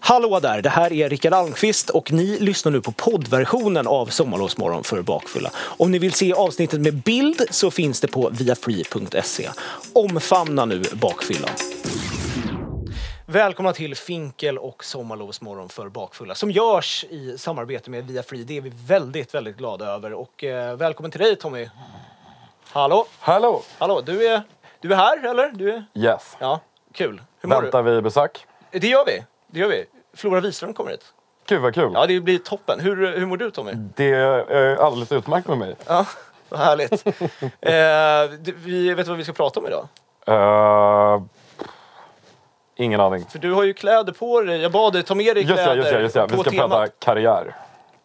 Hallå där, det här är Rickard Almqvist och ni lyssnar nu på poddversionen av Sommarlovsmorgon för bakfulla. Om ni vill se avsnittet med bild så finns det på viafree.se. Omfamna nu bakfyllan. Välkomna till Finkel och Sommarlovsmorgon för bakfulla som görs i samarbete med Viafree. Det är vi väldigt, väldigt glada över. Och eh, välkommen till dig Tommy. Hallå, Hallå! hallå, du är, du är här eller? Du är... Yes. Ja, kul. Hur mår Väntar vi besök. du? Det gör vi, det gör vi. Flora Wiström kommer hit. Gud vad kul. Ja, det blir toppen. Hur, hur mår du Tommy? Det är alldeles utmärkt med mig. Ja, vad härligt. eh, du, vi vet du vad vi ska prata om idag? Eh, ingen aning. För du har ju kläder på dig. Jag bad dig ta med dig Just kläder det, just det, just det. Vi på ska temat. prata karriär.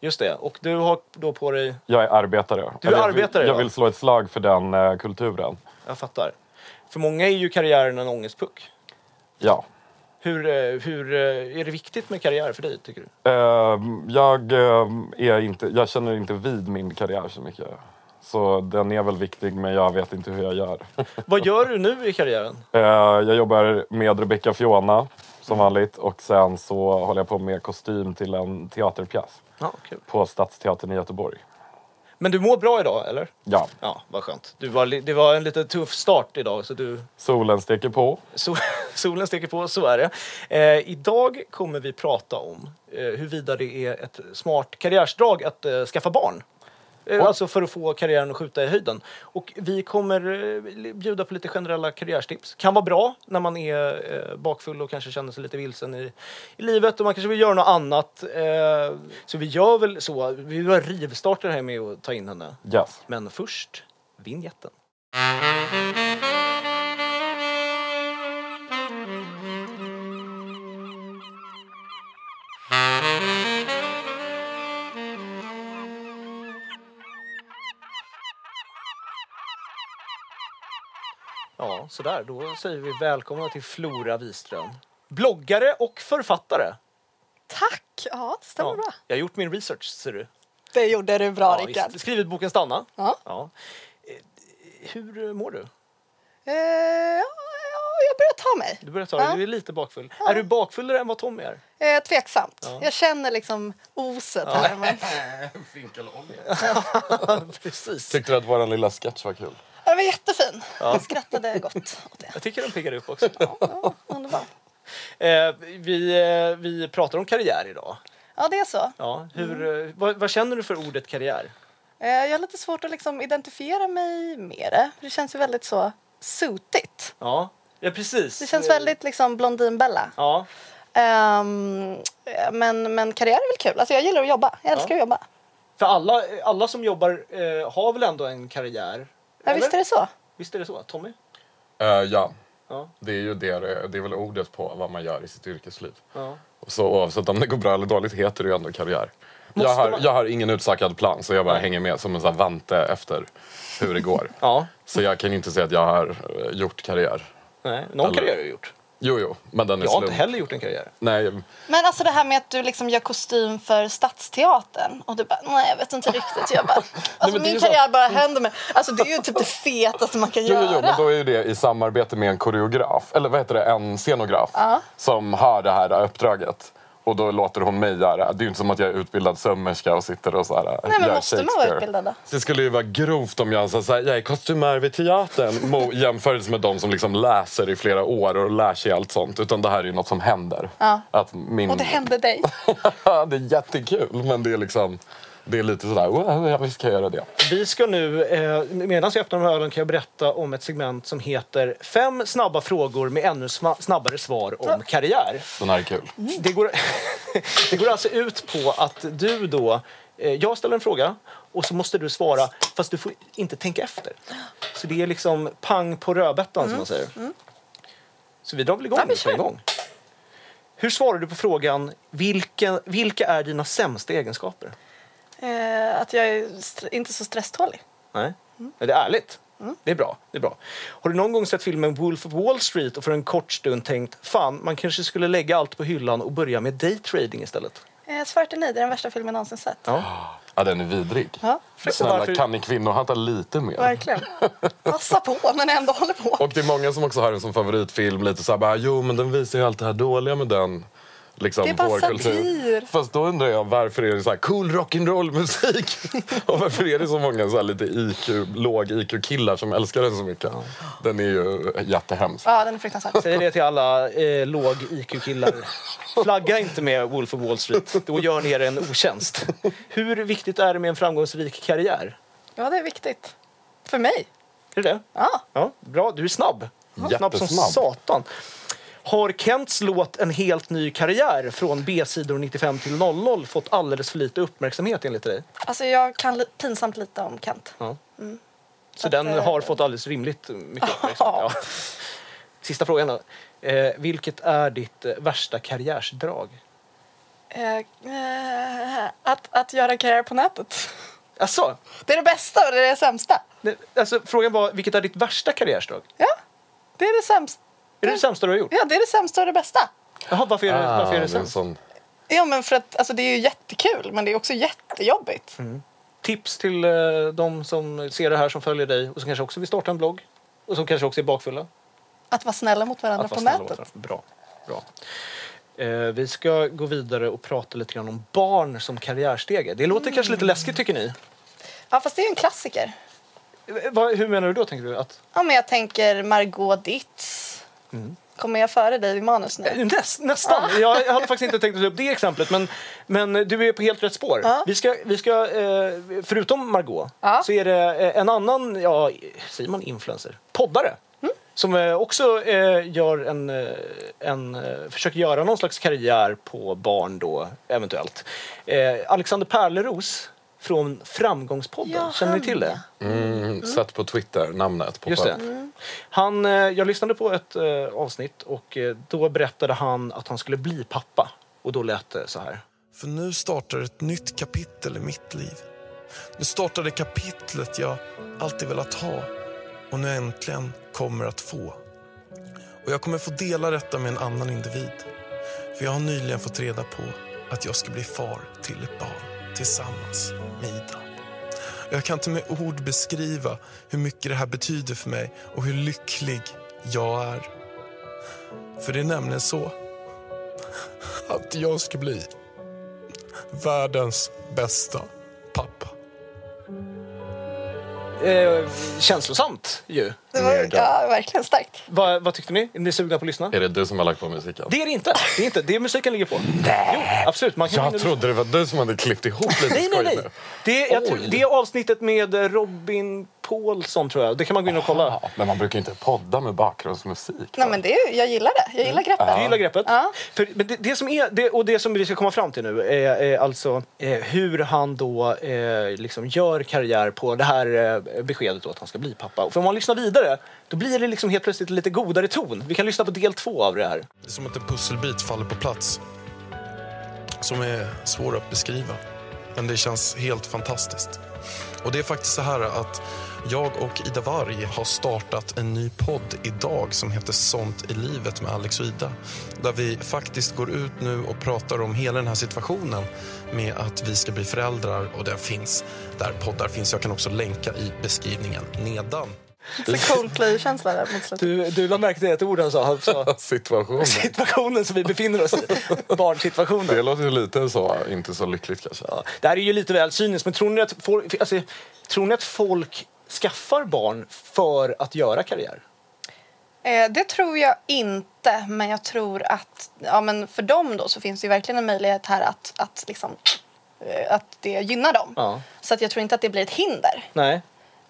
Just det, och du har då på dig... Jag är arbetare. Du är Eller jag vill- arbetare, Jag ja. vill slå ett slag för den eh, kulturen. Jag fattar. För många är ju karriären en ångestpuck. Ja. Hur, eh, hur eh, är det viktigt med karriär för dig, tycker du? Eh, jag, eh, är inte, jag känner inte vid min karriär så mycket. Så den är väl viktig, men jag vet inte hur jag gör. Vad gör du nu i karriären? Eh, Jag jobbar med Rebecca Fiona som vanligt och sen så håller jag på med kostym till en teaterpjäs Ja, kul. på Stadsteatern i Göteborg. Men du mår bra idag, eller? Ja, Ja, vad skönt. Du var, li- det var en lite tuff start idag, så du... solen steker på. So, solen steker på, så är det. Eh, idag kommer vi prata om eh, huruvida det är ett smart karriärsdrag att eh, skaffa barn. Eh, alltså för att få karriären att skjuta i höjden. Och vi kommer eh, bjuda på lite generella karriärstips. Kan vara bra när man är eh, bakfull och kanske känner sig lite vilsen i, i livet och man kanske vill göra något annat. Eh, så vi gör väl så. Vi har rivstarter här med att ta in henne. Yes. Men först, vignetten. Ja, sådär. Då säger vi välkomna till Flora Wiström. Bloggare och författare. Tack! Ja, det stämmer Ja, bra. jag har gjort min research, ser du. Det gjorde du bra, Rickard. visst. Skrivit boken Stanna. Ja. Ja. Eh, Hur mår du? Eh, ja, ja, jag börjar ta mig. Du börjar ta Ja. du är lite bakfull. Är du bakfullare än vad Tommy är? Eh, tveksamt. Ja. Jag känner liksom oset här. Men, Finkelolja. Precis. Tyckte du att vår lilla sketch var kul? Ja, det var jättefin. Jag skrattade gott åt det. Jag tycker den piggar upp också. Ja, underbar. Eh, vi, eh, vi pratar om karriär idag. Ja, det är så. Ja, hur, Mm. eh, vad, vad känner du för ordet karriär? Eh, jag har lite svårt att liksom identifiera mig med det. Det känns ju väldigt så sotigt. Ja, ja precis. Det känns väldigt liksom Blondinbella. Ja, Ehm, eh, men, men karriär är väl kul. Alltså, jag gillar att jobba. Jag älskar Ja. att jobba. för alla, alla som jobbar eh, har väl ändå en karriär? Ja, Eller? visst är det så? Visst är det så? Tommy? Eh, ja, Ja. det är ju det, det är väl ordet på vad man gör i sitt yrkesliv. ja. Så oavsett om det går bra eller dåligt heter det ju ändå karriär. Måste Jag har, man- jag har ingen utstakad plan så jag bara hänger med som en sån här vante efter hur det går. Ja, Så jag kan inte säga att jag har eh, gjort karriär. nej. Någon Eller- karriär har jag gjort. Jo, jo, men den är Jag har slump. inte heller gjort en karriär. Nej, Men alltså det här med att du liksom gör kostym för Stadsteatern och du bara nej jag vet inte riktigt. Jag bara, alltså det är ju min så- karriär bara händer mig. Alltså det är ju typ det fetaste man kan Jo, göra. jo, jo, men då är ju det i samarbete med en koreograf, eller vad heter det, en scenograf som har det här uppdraget. Och då låter hon mig göra. Det är ju inte som att jag är utbildad sömmerska och sitter och så här, Nej men gör måste man vara Shakespeare. utbildad då? Det skulle ju vara grovt om jag sa så här, jag är kostymär vid teatern mo- jämfört med de som liksom läser i flera år och lär sig allt sånt. Utan det här är ju något som händer. Ja. Att min... Och det hände dig. det är jättekul men det är liksom, det är lite sådär, wow, ja, visst kan jag göra det. Vi ska nu, eh, medan jag öppnar de här ölen kan jag berätta om ett segment som heter Fem snabba frågor med ännu sma- snabbare svar om karriär. Den här är kul. Mm. Det går, det går alltså ut på att du då, eh, jag ställer en fråga och så måste du svara fast du får inte tänka efter. Så det är liksom pang på rödbetan som man säger. Så vi drar väl igång Mm. Ja, vi nu på en kör. gång. Hur svarar du på frågan vilka, vilka är dina sämsta egenskaper? Eh, att jag är st- inte så stresstålig. Nej. Det är ärligt. Det är bra. Det är bra. Har du någon gång sett filmen Wolf of Wall Street och för en kort stund tänkt fan, man kanske skulle lägga allt på hyllan och börja med daytrading istället? Eh, Svaret är nej, det är den värsta filmen jag någonsin sett. Ja. Ja, den är vidrig. Ja, Ah, Snälla, Varför- kan ni kvinnohatta lite mer? verkligen. Passa på när ni ändå håller på. Och det är många som också har den som favoritfilm, lite såhär bara, jo men den visar ju allt det här dåliga med den. liksom, Det är bara vår satir. kultur. Fast då undrar jag varför är det så här cool rock'n'roll-musik? och varför är det så många så här lite IQ, låg IQ-killar som älskar den så mycket? Den är ju jättehemsk. Ja, den är fruktansvärd. Säg det till alla eh, låg-IQ-killar. Flagga inte med Wolf of Wall Street. Då gör ni er en otjänst. Hur viktigt är det med en framgångsrik karriär? Ja, det är viktigt. För mig. Är det det? Ja. Ja, bra. Du är snabb. Snabb som Jättesnabb. satan. Har Kents låt En helt ny karriär från B-sidor 95 till 00 fått alldeles för lite uppmärksamhet enligt dig? Alltså, jag kan li- pinsamt lite om Kent. Ja. Så Mm. Att, den eh, har fått alldeles rimligt mycket uppmärksamhet. Ja. Sista frågan då. Eh, vilket är ditt eh, värsta karriärsdrag? Eh, eh, att, att göra karriär på nätet. Alltså, Det är det bästa och det är det sämsta. nej, alltså, frågan var vilket är ditt värsta karriärsdrag? Ja, det är det sämsta. Är det Eh. det sämsta du har gjort? Ja, det är det sämsta och det bästa. Jaha, varför är det, varför är Ah, det en sämst? sån- Ja, men för att alltså, det är ju jättekul, men det är också jättejobbigt. Tips till eh, de som ser det här som följer dig och som kanske också vill starta en blogg och som kanske också är bakfulla? Att vara snälla mot varandra Att på vara snälla mot nätet. varandra. Bra. Bra. Eh, vi ska gå vidare och prata lite grann om barn som karriärstege. Det låter kanske lite läskigt tycker ni? Ja, fast det är ju en klassiker. Eh, vad- hur menar du då tänker du? Att, Ja, men jag tänker Margot Ditz. Mm. Kommer jag före dig i manus nu? Näst, nästan. Jag, jag hade faktiskt inte tänkt att ta upp det exemplet men, men du är på helt rätt spår. Ja. Vi ska, vi ska, eh, förutom Margot Ja. så är det eh, en annan, ja, säger man influencer? Poddare. Mm. Som eh, också eh, gör en, eh, en, eh, försöker göra någon slags karriär på barn då, eventuellt. Eh, Alexander Perleros från Framgångspodden, Ja, känner ni till det? Mm, sett på Twitter, namnet. På Just det. Han, eh, jag lyssnade på ett eh, avsnitt och eh, då berättade han att han skulle bli pappa. Och då lät det så här. För nu startar ett nytt kapitel i mitt liv. Nu startar det kapitlet jag alltid velat ha och nu äntligen kommer att få. Och jag kommer få dela detta med en annan individ. För jag har nyligen fått reda på att jag ska bli far till ett barn tillsammans med Ida. Och jag kan inte med ord beskriva hur mycket det här betyder för mig och hur lycklig jag är. För det är nämligen så att jag ska bli världens bästa pappa. Eh, känslosamt ju. Det var Mega. ja, verkligen starkt. Va, vad tyckte ni? Är ni sugna på att lyssna? Är det du som har lagt på musiken? Det är det inte. Det är inte. Det är musiken ligger på. Jo, absolut. Man kan gå in Jag och- trodde det var du som hade klippt ihop lite Nej, nej, skoj nej. nu. Det är, jag tror, Oj. det är avsnittet med eh, Robin Paulsson tror jag. Det kan man gå in och kolla. Ja, men man brukar ju inte podda med bakgrundsmusik. Nej, men det är, ju- jag gillar det. Jag gillar greppet. Du gillar greppet. Ja. För, men det, det som är, det, och det som vi ska komma fram till nu är, är alltså eh, hur han då eh, liksom gör karriär på det här eh, beskedet då att han ska bli pappa. Och för om man lyssnar vidare då blir det liksom helt plötsligt lite godare ton. Vi kan lyssna på del två av det här. Det är som att en pusselbit faller på plats. Som är svår att beskriva. Men det känns helt fantastiskt. Och det är faktiskt så här att jag och Ida Warg har startat en ny podd idag som heter Sånt i livet med Alex och Ida. Där vi faktiskt går ut nu och pratar om hela den här situationen med att vi ska bli föräldrar och den finns där poddar finns. Jag kan också länka i beskrivningen nedan. Så Coldplay-känsla där mot slutet. Du, du lade märke till ett ord han sa. Han sa Situationen. situationen som vi befinner oss i. Barnsituationen. Det låter ju lite så, inte så lyckligt kanske. Det här är ju lite väl cyniskt, men tror ni att folk, alltså, tror ni att folk skaffar barn för att göra karriär? Eh, det tror jag inte, men jag tror att ja, men för dem då så finns det ju verkligen en möjlighet här att, att, liksom, eh, att det gynnar dem. Ja. Så att jag tror inte att det blir ett hinder. Nej.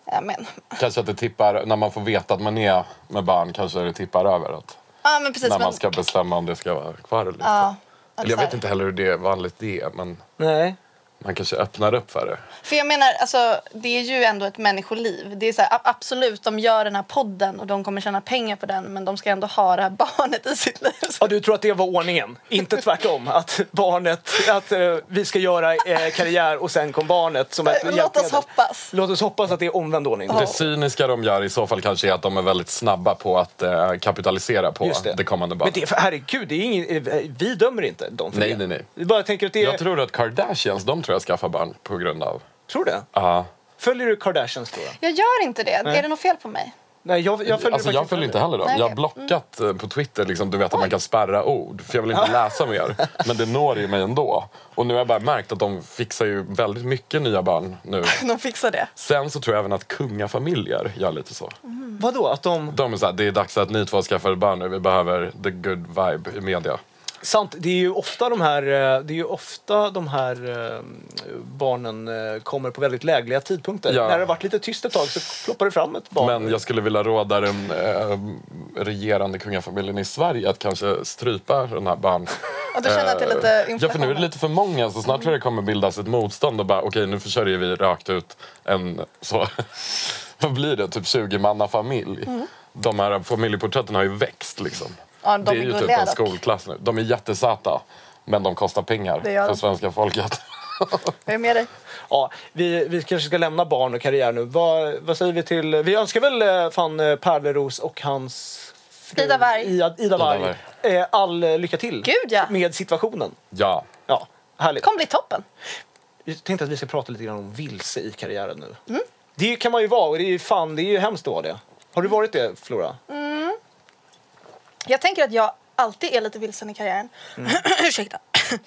Ja, men, Kanske att det tippar, när man får veta att man är med barn kanske det tippar över. Att, ja, men precis. när men, man ska bestämma om det ska vara kvar eller inte. ja, att eller jag så här. vet inte heller hur det är vanligt det är, men Nej. man kanske öppnar upp för det. För jag menar, alltså, det är ju ändå ett människoliv. Det är så här, a- absolut, de gör den här podden och de kommer tjäna pengar på den men de ska ändå ha det här barnet i sitt liv. Så- Ja, du tror att det var ordningen, inte tvärtom? Att barnet, att eh, vi ska göra eh, karriär och sen kom barnet som ett Eh, Låt oss hjälpmedel. hoppas. Låt oss hoppas att det är omvänd ordning. Det cyniska de gör i så fall kanske är att de är väldigt snabba på att eh, kapitalisera på Just det. kommande barnet. Men det, herregud, det är ingen, eh, vi dömer inte dem för Nej, det. nej, nej. Vi bara tänker att det är... Jag tror att Kardashians, de tror jag skaffar barn på grund av... tror det? Ja. Följer du Kardashians tror jag? Jag gör inte det. Är det något fel på mig? Nej, jag, jag följer alltså, jag faktiskt följer inte heller dem. Nej, Jag har okej. blockat eh, på Twitter, liksom, du vet att man kan spärra ord. För jag vill inte läsa mer. Men det når ju mig ändå. Och nu har jag bara märkt att de fixar ju väldigt mycket nya barn nu. De fixar det. Sen så tror jag även att kungafamiljer gör lite så. Vadå? Att de... De är såhär, det är dags att ni två skaffar ett barn nu. Vi behöver the good vibe i media. Sant, det är ju ofta de här, eh, det är ju ofta de här eh, barnen eh, kommer på väldigt lägliga tidpunkter. Ja. När det har varit lite tyst ett tag så ploppar det fram ett barn. Men jag skulle vilja råda den eh, regerande kungafamiljen i Sverige att kanske strypa den här barn. Och du känner att det är Eh, lite Ja, för inflation? Mm. nu är det lite för många. Så snart tror jag det kommer bildas ett motstånd och bara okej, nu försörjer vi rakt ut en så... Vad blir det? Typ 20 manna familj. De här familjeporträtten har ju växt liksom. Mm. Ja, de det är är ju typ gulliga en dock. skolklass nu. De är jättesöta, men de kostar pengar Det gör för de. svenska folket. Jag är med dig. Ja, vi, vi kanske ska lämna barn och karriär nu. Vad, vad säger vi till... Vi önskar väl eh, fan eh, Pärleros och hans fru Ida Warg. Ida, Ida Warg. Warg. eh, all eh, lycka till Gud, ja. med situationen. Ja. Ja, Det härligt. kommer bli toppen. Jag tänkte att vi ska prata lite grann om vilse i karriären nu. Mm. Det kan man ju vara och det är ju fan, det är ju hemskt att vara det. Har du varit det Flora? Mm. Jag tänker att jag alltid är lite vilsen i karriären. Mm. Ursäkta.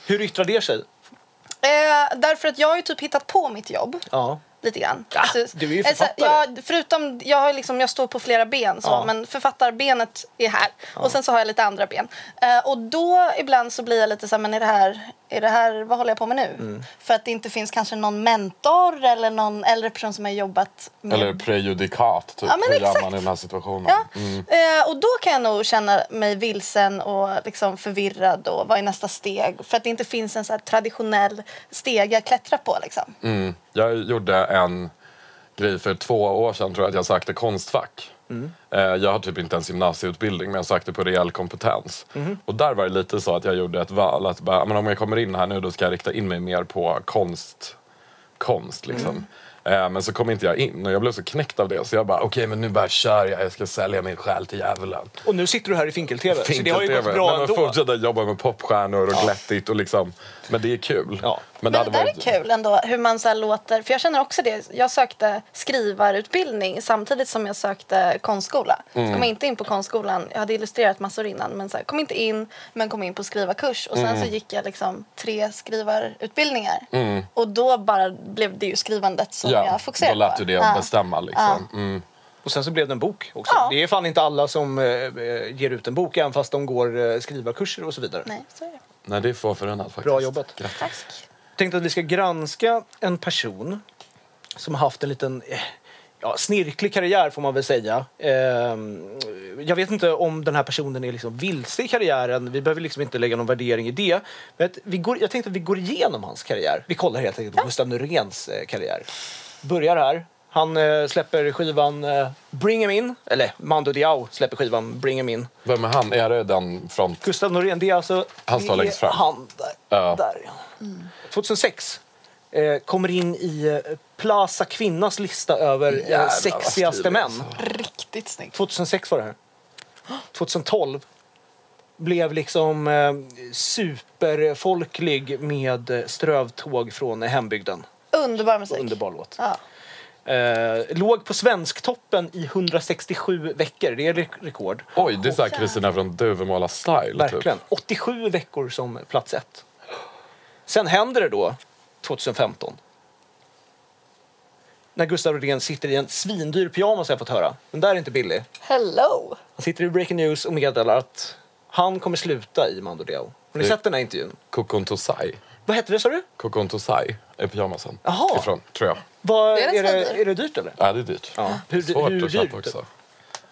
Hur yttrar det sig? Eh, därför att jag har ju typ hittat på mitt jobb. Ja. Lite grann. Ja, du är ju alltså, författare. jag, förutom, jag, har liksom, jag står på flera ben, så, Ja. men författarbenet är här. Och sen så har jag lite andra ben. Eh, och då ibland så blir jag lite så här, men är det här, är det här vad håller jag på med nu? Mm. För att det inte finns kanske någon mentor eller någon äldre person som har jobbat med Eller prejudikat, typ. Ja, men Hur gör exakt. man i den här situationen? Ja. Mm. Eh, och då kan jag nog känna mig vilsen och liksom förvirrad. Och vad är nästa steg? För att det inte finns en så här traditionell steg jag klättrar på. Liksom. Mm. Jag gjorde en grej för två år sedan tror jag att jag sökte konstfack. Mm. Eh, Jag har typ inte ens gymnasieutbildning men jag sökte på reell kompetens. Mm. Och där var det lite så att jag gjorde ett val att bara, men om jag kommer in här nu då ska jag rikta in mig mer på konst. konst liksom. Mm. Eh, Men så kom inte jag in och jag blev så knäckt av det så jag bara okej men nu bara kör jag, jag ska sälja min själ till djävulen. Och nu sitter du här i finkel-tv, så det har ju Finkel-tv. gått bra men ändå. man fortsätter jobba med popstjärnor och glättigt och liksom. Men det är kul. Ja. Men Men det hade där varit- är kul ändå, hur man så här låter. För jag känner också det. Jag sökte skrivarutbildning samtidigt som jag sökte konstskola. Mm. Så kom jag inte in på konstskolan. Jag hade illustrerat massor innan. Men så här, kom inte in, men kom in på skrivarkurs. Och sen så Mm. gick jag liksom tre skrivarutbildningar. Och då bara blev det ju skrivandet som jag fokuserade då på. lät du det Ja. bestämma. Liksom. Mm. Och sen så blev det en bok också. Ja. Det är fan inte alla som eh, eh, ger ut en bok, även fast de går eh, skrivarkurser och så vidare. Nej, så är det. Nej, det är få förunnat faktiskt. Bra jobbat. Grattis. Tack. tänkte att vi ska granska en person som har haft en liten eh, ja, snirklig karriär får man väl säga. Ehm, jag vet inte om den här personen är liksom vilse i karriären. Vi behöver liksom inte lägga någon värdering i det. Men att vi går, jag tänkte att vi går igenom hans karriär. Vi kollar helt enkelt på Gustav Noréns eh, karriär. Börjar här. Han eh, släpper skivan eh, Bring Him In. Eller Mando Diao släpper skivan Bring Him In. Vem är han? Är det den från... Gustav Norén, det är alltså... Han står det är längst fram. Han där. Ja. där ja. 2006 eh, kommer in i eh, Plaza Kvinnas lista över eh, Jävlar, vad sexigaste stiligt, män. alltså. Riktigt snyggt. 2006 var det här. 2012 blev liksom eh, superfolklig med eh, strövtåg från eh, hembygden. Underbar musik. Underbar låt. Ja. Eh, låg på Svensktoppen i 167 veckor. Det är re- rekord. Oj, det är så här Kristina från Duvemåla Style. Verkligen. Typ. 87 veckor som plats ett. Sen händer det då 2015. När Gustav Rodén sitter i en svindyr pyjamas har jag fått höra. Den där är inte billig. Hello! Han sitter i Breaking News och meddelar att han kommer sluta i Mando Diao. Har ni Det- sett den här intervjun? Kokon Tosai. Vad hette det sa du? Kokon Tosai är pyamasen. Jaha. Ifrån, tror jag. Vad, Det är är, den som är det, dyr. är det dyrt eller? Ja, det är dyrt. Ja. Hur, Svårt hur att köpa dyrt? också.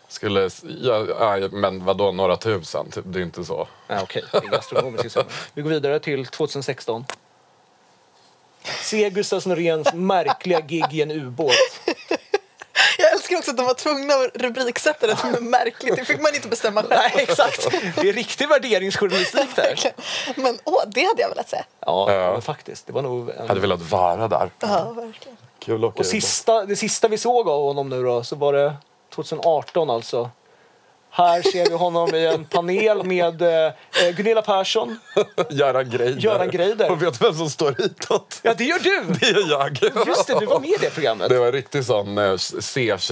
Skulle... s- Ja, ja, men vadå, några tusen? Typ. Det är inte så. Ah, Okej, det är inga astronomiska summor. Vi går vidare till 2016. Se Gustav Noréns märkliga gig i en ubåt. Jag älskar också att de var tvungna att rubriksätta det som är märkligt. Det fick man inte bestämma själv. Nej, exakt. Det är riktig värderingsjournalistik där. Men åh, det hade jag velat säga. Ja, Ja. Men faktiskt. Det var nog Jag hade en... velat vara där. Ja, verkligen. Kul att åka Och ut. sista, det sista vi såg av honom nu då, så var det 2018 alltså. Här ser vi honom i en panel med eh, Gunilla Persson. Göran Greider. Göran Greider. Och vet du vem som står hitåt? Ja, det gör du! Det är jag. Just det, du var med i det programmet. Det var en riktig sån eh,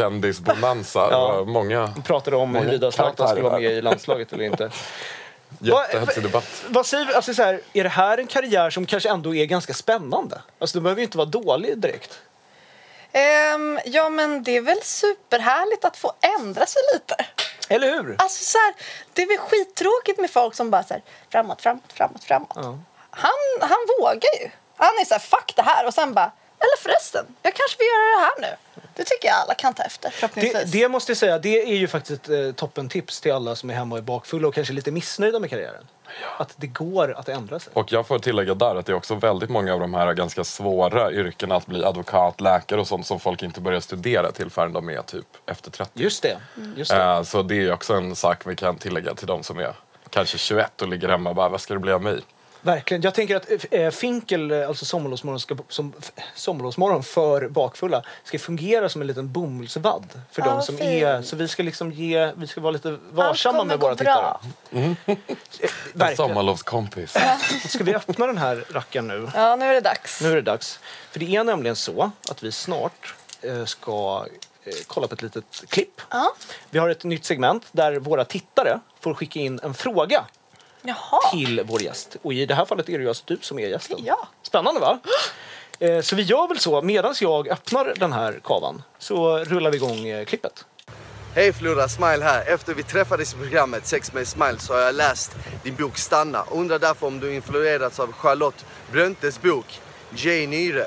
C-kändis-bonanza. Det var Många pratade om huruvida Zlatan skulle vara med i landslaget eller inte. jättehetsig debatt. Vad säger vi? Alltså, så här, är det här en karriär som kanske ändå är ganska spännande? Alltså, du behöver ju inte vara dålig direkt. Ehm, ja, men det är väl superhärligt att få ändra sig lite. Eller hur? Alltså så här, det är väl skittråkigt med folk som bara så här, framåt, framåt, framåt, framåt. Han, han vågar ju. Han är så här, fuck det här och sen bara, eller förresten, jag kanske vill göra det här nu. Det tycker jag alla kan ta efter Det, förhoppningsvis. det måste jag säga, det är ju faktiskt ett eh, toppentips till alla som är hemma och är bakfulla och kanske lite missnöjda med karriären. Att det går att ändra sig. Och jag får tillägga där att det är också väldigt många av de här ganska svåra yrkena att bli advokat, läkare och sånt som folk inte börjar studera till förrän de är typ efter 30. Just det. Mm. Just det. Eh, Så det är ju också en sak vi kan tillägga till de som är kanske 21 och ligger hemma och bara vad ska det bli av mig? Verkligen. Jag tänker att eh, Finkel, eh, alltså Sommarlovsmorgon, ska, som, f- sommarlovsmorgon för bakfulla ska fungera som en liten bomullsvadd för Ja, de vad som fint. är... Så vi ska liksom ge... Vi ska vara lite varsamma kommer med våra gå bra. tittare. Eh, En Verkligen. sommarlovskompis. Ska vi öppna den här rackaren nu? Ja, nu är det dags. Nu är det dags. För det är nämligen så att vi snart eh, ska eh, kolla på ett litet klipp. Ja. Vi har ett nytt segment där våra tittare får skicka in en fråga Jaha. till vår gäst. Och i det här fallet är det ju alltså du som är gästen. Ja. Spännande va? Eh, Så vi gör väl så, medan jag öppnar den här kavan så rullar vi igång eh, klippet. Hej Flora, Smile här. Efter vi träffades i programmet Sex med Smile så har jag läst din bok Stanna och undrar därför om du influerats av Charlotte Bröntes bok Jay Nyre.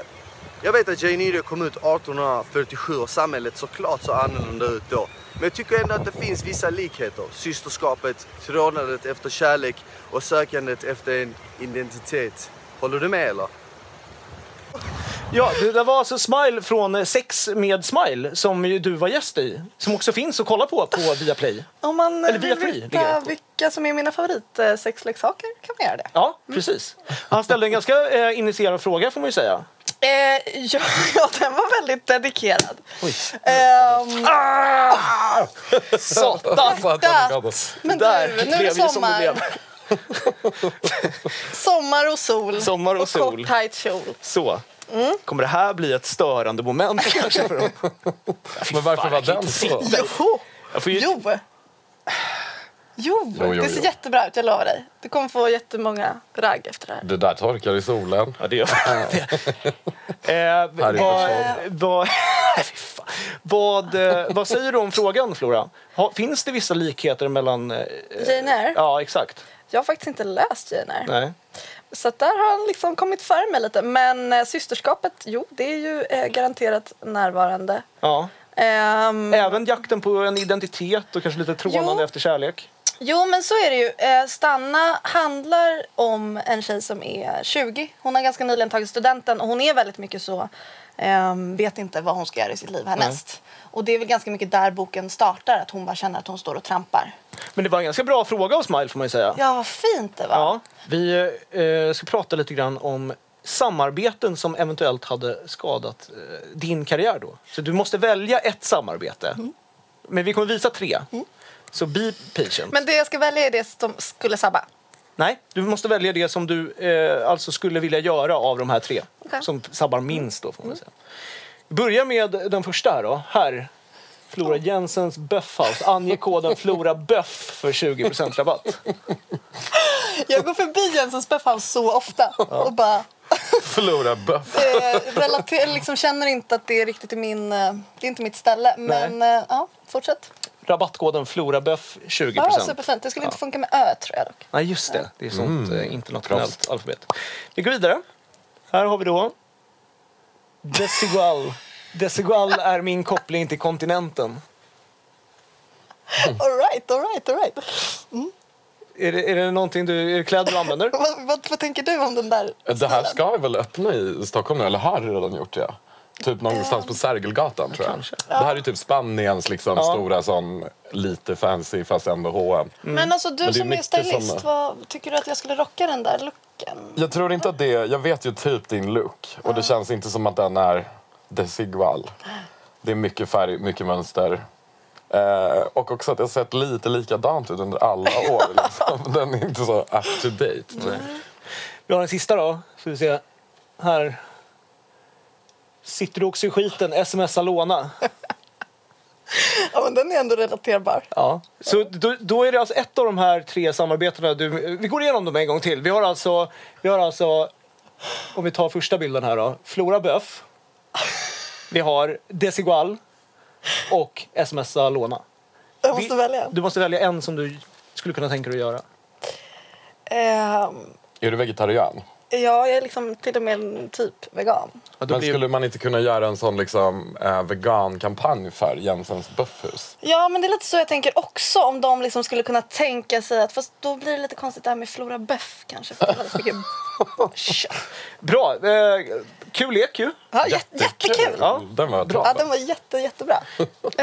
Jag vet att Jay Nyre kom ut 1847 och samhället såklart så annorlunda ut då. Men jag tycker ändå att det finns vissa likheter. Systerskapet, trånandet efter kärlek och sökandet efter en identitet. Håller du med eller? Ja, det där var alltså Smile från eh, Sex med Smile som ju du var gäst i. Som också finns att kolla på på Viaplay. Om man eh, Eller via vill Free, ligger veta det. vilka som är mina favoritsexleksaker kan man göra det. Ja, precis. Han ställde en ganska eh, initierad fråga får man ju säga. Eh, ja, ja, den var väldigt dedikerad. Oj. Ehm, Satan! men Där Ah! du, nu blev är ju det som det sommar. blev. Sommar och sol. Sommar och sol. kort tajt kjol. Så. Mm. Kommer det här bli ett störande moment kanske för dem? Men varför Fan, var jag kan den inte så? Jo! Jag får ju- Jo. Jo, jo, det ser jo. jättebra ut, jag lovar dig. Du kommer få jättemånga ragg efter det här. Det där torkar i solen. Ja, det gör eh, vad, Harry vad, Nej, fy fan. vad, eh, vad säger du om frågan, Flora? Ha, finns det vissa likheter mellan... Eh, Jane Eyre? ja, exakt. Jag har faktiskt inte läst Jane Eyre. Nej. Så att där har han liksom kommit före mig lite. Men eh, systerskapet, jo, det är ju eh, garanterat närvarande. Ja. Ehm, Även jakten på en identitet och kanske lite trånande Jo. efter kärlek. Jo, men så är det ju. Eh, Stanna handlar om en tjej som är 20. Hon har ganska nyligen tagit studenten och hon är väldigt mycket så ehm, vet inte vad hon ska göra i sitt liv härnäst. Och det är väl ganska mycket där boken startar, att hon bara känner att hon står och trampar. Men det var en ganska bra fråga av Smile, får man ju säga. Ja, vad fint det var. Ja, vi eh, ska prata lite grann om samarbeten som eventuellt hade skadat eh, din karriär då. Så du måste välja ett samarbete. Mm. Men vi kommer visa tre. Så be patient. Men det jag ska välja är det som skulle sabba. Nej, du måste välja det som du eh, alltså skulle vilja göra av de här tre. Okej. Mm. Som sabbar minst då får man säga. Vi börjar med den första här då. Här. Flora Jensens Böffhouse. Ange koden FloraBöff för 20% rabatt. Jag går förbi Jensens Beffhouse så ofta och bara Flora Buff. eh, relater, liksom känner inte att det är riktigt i min, eh, det är inte mitt ställe. Men eh, ja, fortsätt. Rabattkoden FloraBöff 20%. Ja, superfint. Det skulle inte funka med Ö tror jag dock. Nej, just det. Det är sånt eh, internationellt alfabet. Vi går vidare. Här har vi då Desigual. Desigual är min koppling till kontinenten. All right, all right, all right. Är det, är det någonting du, är det kläder du använder? Vad, vad, vad tänker du om den där? Det här ska vi väl öppna i Stockholm nu, eller har redan gjort det? Typ någonstans på Sergelgatan tror jag. Kanske. Det här är ju typ Spaniens liksom stora sån lite fancy fast ändå H&M. Men alltså du Men det är som är mycket stylist, som- vad, tycker du att jag skulle rocka den där looken? Jag tror inte att det är, jag vet ju typ din look och det känns inte som att den är desigual. Det är mycket färg, mycket mönster. Eh, och också att det har sett lite likadant ut under alla år. Liksom. Den är inte så up to date. tror jag. Vi har den sista då. Ska vi se. Här. Sitter du också i skiten? Smsa låna. Ja, men den är ändå relaterbar. Ja. Så då, då är det alltså ett av de här tre samarbetena. Du, vi går igenom dem en gång till. Vi har alltså, vi har alltså om vi tar första bilden här då. Flora Böf. Vi har Desigual och smsa låna. Jag måste Vi- välja en. Du måste välja en som du skulle kunna tänka dig att göra. Ehm, Är du vegetarian? ja, jag är liksom till och med en typ vegan. Ja, då Men blir- skulle man inte kunna göra en sån liksom, eh, vegankampanj för Jensens Böffhus? Ja, men det är lite så jag tänker också om de liksom skulle kunna tänka sig att... Fast då blir det lite konstigt det här med Flora Böf kanske. För det är väldigt mycket kött. Bra! Eh, kul lek ju. Ja, jätte, jättekul! Ja. Den var Ja, bra. den var jätte, jättebra.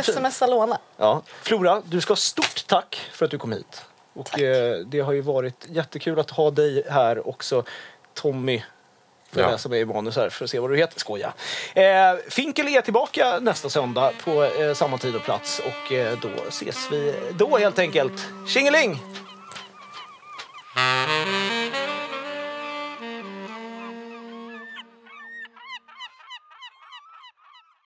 Smsa låna. Ja. Flora, du ska ha stort tack för att du kom hit. Och, eh, det har ju varit jättekul att ha dig här också. Tommy, för Ja. jag läser mig i manus här för att se vad du heter. Skoja. Eh, Finkel är tillbaka nästa söndag på eh, samma tid och plats. Och eh, då ses vi då helt enkelt. Tjingeling!